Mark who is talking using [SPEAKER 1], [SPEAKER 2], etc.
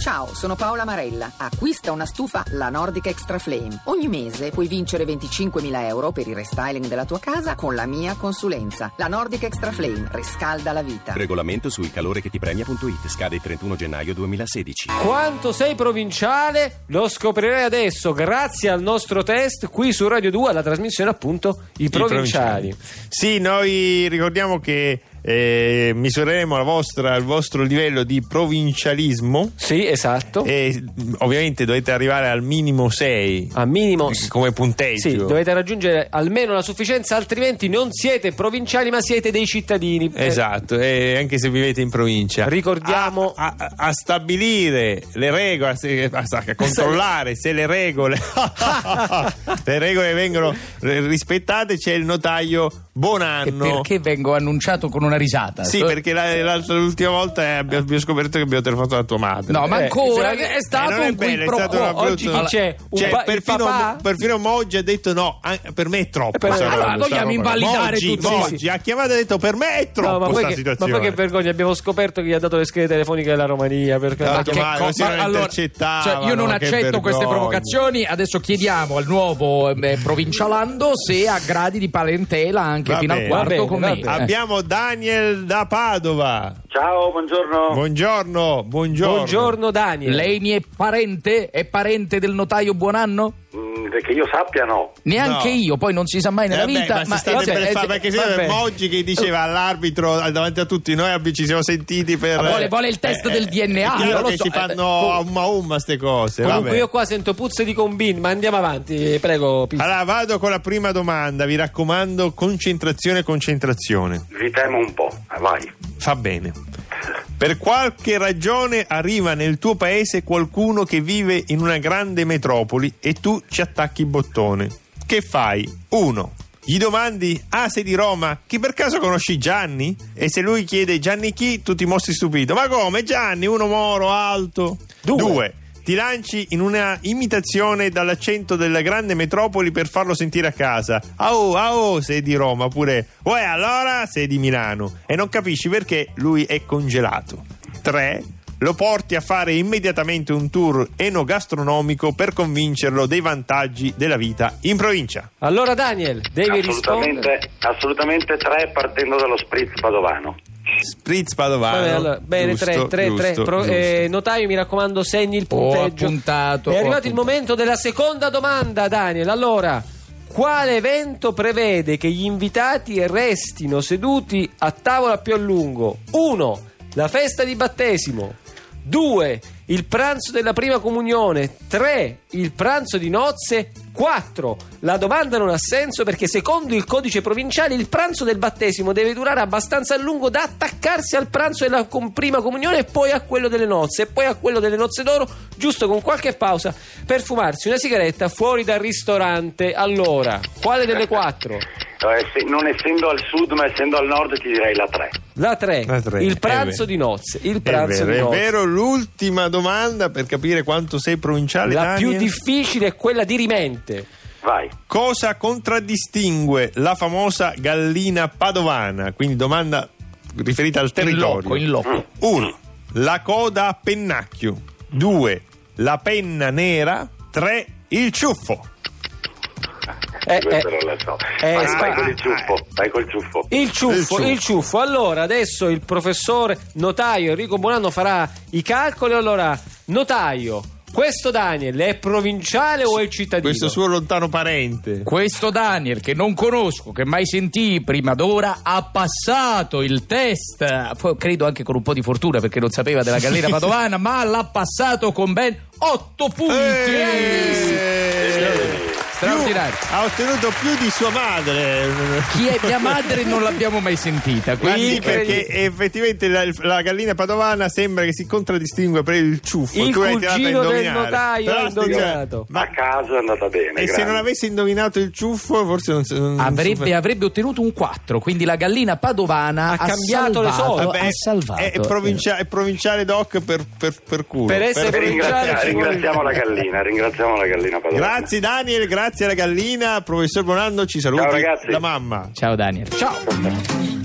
[SPEAKER 1] Ciao, sono Paola Marella. Acquista una stufa La Nordic Extra Flame. Ogni mese puoi vincere 25.000 euro per il restyling della tua casa con la mia consulenza. La Nordic Extra Flame riscalda la vita.
[SPEAKER 2] Regolamento sul calore che ti premia.it scade il 31 gennaio 2016.
[SPEAKER 3] Quanto sei provinciale lo scoprirai adesso grazie al nostro test qui su Radio 2 alla trasmissione appunto I provinciali.
[SPEAKER 4] Sì, noi ricordiamo che eh, misureremo la vostra- il vostro livello di provincialismo
[SPEAKER 3] Sì, esatto.
[SPEAKER 4] e mh, ovviamente dovete arrivare al minimo 6
[SPEAKER 3] A minimo
[SPEAKER 4] eh, come punteggio.
[SPEAKER 3] Sì, dovete raggiungere almeno la sufficienza, altrimenti non siete provinciali, ma siete dei cittadini. Eh,
[SPEAKER 4] Esatto, Ah, e anche se vivete in provincia.
[SPEAKER 3] Ricordiamo-
[SPEAKER 4] a, a- a stabilire le regole, a se- a, a controllare se le regole, le regole vengono r- rispettate, c'è il notaio
[SPEAKER 5] Che
[SPEAKER 4] Bonanno.
[SPEAKER 5] perché vengo annunciato con una risata?
[SPEAKER 4] Sì,
[SPEAKER 5] So-
[SPEAKER 4] perché la- l'altra- l'ultima volta eh, abbiamo abbiamo scoperto che abbiamo telefonato a tua madre.
[SPEAKER 5] No, ma
[SPEAKER 4] Eh,
[SPEAKER 5] ancora
[SPEAKER 3] eh,
[SPEAKER 5] che
[SPEAKER 4] eh,
[SPEAKER 5] è stato
[SPEAKER 4] non è
[SPEAKER 5] un qui
[SPEAKER 4] bello, è
[SPEAKER 5] pro
[SPEAKER 4] stato
[SPEAKER 5] quo.
[SPEAKER 4] un brutto-
[SPEAKER 3] Oggi chi c'è? Un
[SPEAKER 4] Cioè,
[SPEAKER 3] pa- il
[SPEAKER 4] perfino,
[SPEAKER 3] papà?
[SPEAKER 4] perfino Moggi ha detto no, an- per me è troppo.
[SPEAKER 3] Eh,
[SPEAKER 4] sta
[SPEAKER 3] ma
[SPEAKER 4] roba,
[SPEAKER 5] allora
[SPEAKER 4] sta
[SPEAKER 5] vogliamo
[SPEAKER 4] roba.
[SPEAKER 5] invalidare
[SPEAKER 4] Moggi,
[SPEAKER 5] tutti, sì,
[SPEAKER 4] Moggi
[SPEAKER 5] sì.
[SPEAKER 4] ha chiamato e ha detto per me è
[SPEAKER 3] No,
[SPEAKER 4] troppo
[SPEAKER 3] ma, poi
[SPEAKER 4] sta
[SPEAKER 3] che, ma
[SPEAKER 4] situazione.
[SPEAKER 3] poi che vergogna, abbiamo scoperto che gli ha dato le schede telefoniche della Romania. Perché
[SPEAKER 4] Ah,
[SPEAKER 3] ma
[SPEAKER 4] Ma
[SPEAKER 5] che
[SPEAKER 3] che-
[SPEAKER 4] chiamare,
[SPEAKER 5] co-
[SPEAKER 4] si erano intercettavano,
[SPEAKER 5] cioè, io non
[SPEAKER 4] che
[SPEAKER 5] accetto queste
[SPEAKER 4] vergogna.
[SPEAKER 5] provocazioni. Adesso chiediamo al nuovo eh, provincialando se ha gradi di parentela anche
[SPEAKER 4] Va
[SPEAKER 5] fino
[SPEAKER 4] bene,
[SPEAKER 5] al quarto
[SPEAKER 3] va bene,
[SPEAKER 5] con
[SPEAKER 3] va
[SPEAKER 5] me.
[SPEAKER 3] bene.
[SPEAKER 5] Eh.
[SPEAKER 4] Abbiamo Daniel da Padova.
[SPEAKER 6] Ciao, buongiorno.
[SPEAKER 4] Buongiorno, buongiorno.
[SPEAKER 3] Buongiorno Daniel.
[SPEAKER 5] Lei mi è parente? È parente del notaio Buonanno?
[SPEAKER 6] Mm, che io sappia no.
[SPEAKER 5] Neanche
[SPEAKER 4] No.
[SPEAKER 5] io, poi non si sa mai
[SPEAKER 4] Eh,
[SPEAKER 5] nella
[SPEAKER 4] vabbè,
[SPEAKER 5] vita.
[SPEAKER 4] ma, si state
[SPEAKER 5] eh, cioè,
[SPEAKER 4] per
[SPEAKER 5] eh,
[SPEAKER 4] fare
[SPEAKER 5] se-
[SPEAKER 4] perché
[SPEAKER 3] vabbè.
[SPEAKER 4] c'era Moggi che diceva all'arbitro eh, davanti a tutti noi abbi- ci siamo sentiti per Eh,
[SPEAKER 5] Ma vuole- vuole il test del DNA,
[SPEAKER 4] È chiaro
[SPEAKER 5] non lo
[SPEAKER 4] che
[SPEAKER 5] so,
[SPEAKER 4] ci
[SPEAKER 5] eh,
[SPEAKER 4] fanno a umma umma ste cose,
[SPEAKER 3] Comunque
[SPEAKER 4] vabbè.
[SPEAKER 3] io qua sento puzze di combin, ma andiamo avanti, prego. Pizzo.
[SPEAKER 4] Allora vado con la prima domanda, vi raccomando, concentrazione, concentrazione.
[SPEAKER 6] Vi temo un po'. Eh, Vai.
[SPEAKER 4] Fa bene. Per qualche ragione arriva nel tuo paese qualcuno che vive in una grande metropoli e tu ci attacchi il bottone. Che fai? 1. Gli domandi, ah sei di Roma, chi per caso conosci Gianni? E se lui chiede Gianni chi, tu ti mostri stupito. Ma come Gianni, uno moro, alto?
[SPEAKER 3] Due.
[SPEAKER 4] 2. Eh, Ti lanci in una imitazione dall'accento della grande metropoli per farlo sentire a casa. Ah oh, ah oh, sei di Roma, oppure uè allora sei di Milano. E non capisci perché lui è congelato. 3. Lo porti a fare immediatamente un tour enogastronomico per convincerlo dei vantaggi della vita in provincia.
[SPEAKER 3] Allora Daniel, devi rispondere.
[SPEAKER 6] assolutamente, assolutamente tre partendo dallo spritz padovano.
[SPEAKER 4] Spritz Padovano.
[SPEAKER 3] Vabbè, allora, bene, 3,
[SPEAKER 4] Giusto,
[SPEAKER 3] 3,
[SPEAKER 4] giusto,
[SPEAKER 3] 3.
[SPEAKER 4] giusto.
[SPEAKER 3] notaio, eh, mi raccomando, segni il
[SPEAKER 5] Ho
[SPEAKER 3] punteggio.
[SPEAKER 5] appuntato,
[SPEAKER 3] È
[SPEAKER 5] ho
[SPEAKER 3] arrivato il
[SPEAKER 5] appuntato.
[SPEAKER 3] momento della seconda domanda, Daniel. Allora, quale evento prevede che gli invitati restino seduti a tavola più a lungo? 1. La festa di battesimo. 2. Il pranzo della prima comunione. 3. Il pranzo di nozze. 4. La domanda non ha senso perché secondo il codice provinciale il pranzo del battesimo deve durare abbastanza a lungo da attaccarsi al pranzo della com- prima comunione e poi a quello delle nozze e poi a quello delle nozze d'oro, giusto con qualche pausa per fumarsi una sigaretta fuori dal ristorante. Allora, quale delle quattro?
[SPEAKER 6] Eh, se- non essendo al sud ma essendo al nord ti direi la tre.
[SPEAKER 3] La 3.
[SPEAKER 4] La tre,
[SPEAKER 3] Il
[SPEAKER 4] è
[SPEAKER 3] pranzo
[SPEAKER 4] vero.
[SPEAKER 3] di nozze, il
[SPEAKER 4] È
[SPEAKER 3] pranzo
[SPEAKER 4] vero, è
[SPEAKER 3] di nozze.
[SPEAKER 4] vero, l'ultima domanda per capire quanto sei provinciale.
[SPEAKER 3] La
[SPEAKER 4] Daniel.
[SPEAKER 3] più difficile è quella di rimente.
[SPEAKER 6] Vai.
[SPEAKER 4] Cosa contraddistingue la famosa gallina padovana? Quindi domanda riferita al
[SPEAKER 5] in
[SPEAKER 4] territorio.
[SPEAKER 5] loco, in loco.
[SPEAKER 4] 1. La coda a pennacchio. 2. La penna nera. 3. Il ciuffo.
[SPEAKER 3] Eh,
[SPEAKER 6] Questo
[SPEAKER 3] eh.
[SPEAKER 6] non lo so.
[SPEAKER 3] Eh,
[SPEAKER 6] vai,
[SPEAKER 3] spa-
[SPEAKER 6] vai col
[SPEAKER 4] ah,
[SPEAKER 6] ciuffo, vai col ciuffo.
[SPEAKER 3] Il ciuffo, il
[SPEAKER 4] Il
[SPEAKER 3] ciuffo,
[SPEAKER 4] ciuffo.
[SPEAKER 3] Allora, adesso il professore notaio Enrico Bonanno farà i calcoli. Allora, notaio, questo Daniel è provinciale o è cittadino?
[SPEAKER 4] Questo suo lontano parente.
[SPEAKER 5] Questo Daniel, che non conosco, che mai sentii prima d'ora, ha passato il test, Fo- credo anche con un po' di fortuna perché non sapeva della gallina padovana, ma l'ha passato con ben 8 punti.
[SPEAKER 3] Eh!
[SPEAKER 5] Eh! Straordinario.
[SPEAKER 4] Più- Eh! ha ottenuto più di sua madre.
[SPEAKER 5] Chi è mia madre non l'abbiamo mai sentita,
[SPEAKER 4] Ma
[SPEAKER 5] quindi
[SPEAKER 4] sì,
[SPEAKER 3] Incredibile.
[SPEAKER 4] perché effettivamente la, la gallina padovana sembra che si contraddistingue per il ciuffo.
[SPEAKER 3] Il
[SPEAKER 4] tu hai tirato a
[SPEAKER 3] cugino del
[SPEAKER 4] indovinare.
[SPEAKER 3] notaio
[SPEAKER 4] Però
[SPEAKER 3] ha
[SPEAKER 4] sti-
[SPEAKER 3] indovinato.
[SPEAKER 4] Ma,
[SPEAKER 6] A caso è andata bene.
[SPEAKER 4] e se non
[SPEAKER 6] grande.
[SPEAKER 4] avesse indovinato il ciuffo, forse non, non
[SPEAKER 3] Ah,
[SPEAKER 5] avrebbe, avrebbe ottenuto un 4, quindi la gallina padovana
[SPEAKER 3] Ha
[SPEAKER 5] ha,
[SPEAKER 3] cambiato le Eh,
[SPEAKER 5] salvato,
[SPEAKER 3] sorti.
[SPEAKER 4] Vabbè,
[SPEAKER 5] ha
[SPEAKER 4] è-
[SPEAKER 5] salvato.
[SPEAKER 4] È, provincia- è provinciale doc per, per, per culo.
[SPEAKER 3] Per essere
[SPEAKER 6] Per
[SPEAKER 3] provinciale
[SPEAKER 6] ringraziare-
[SPEAKER 3] ci vuole-
[SPEAKER 6] ringraziamo la gallina, ringraziamo la gallina padovana.
[SPEAKER 4] Grazie Daniel, grazie alla gallina. Professor Bonanno ci saluta.
[SPEAKER 6] Ciao, ragazzi.
[SPEAKER 4] La mamma.
[SPEAKER 5] Ciao Daniel. Ciao.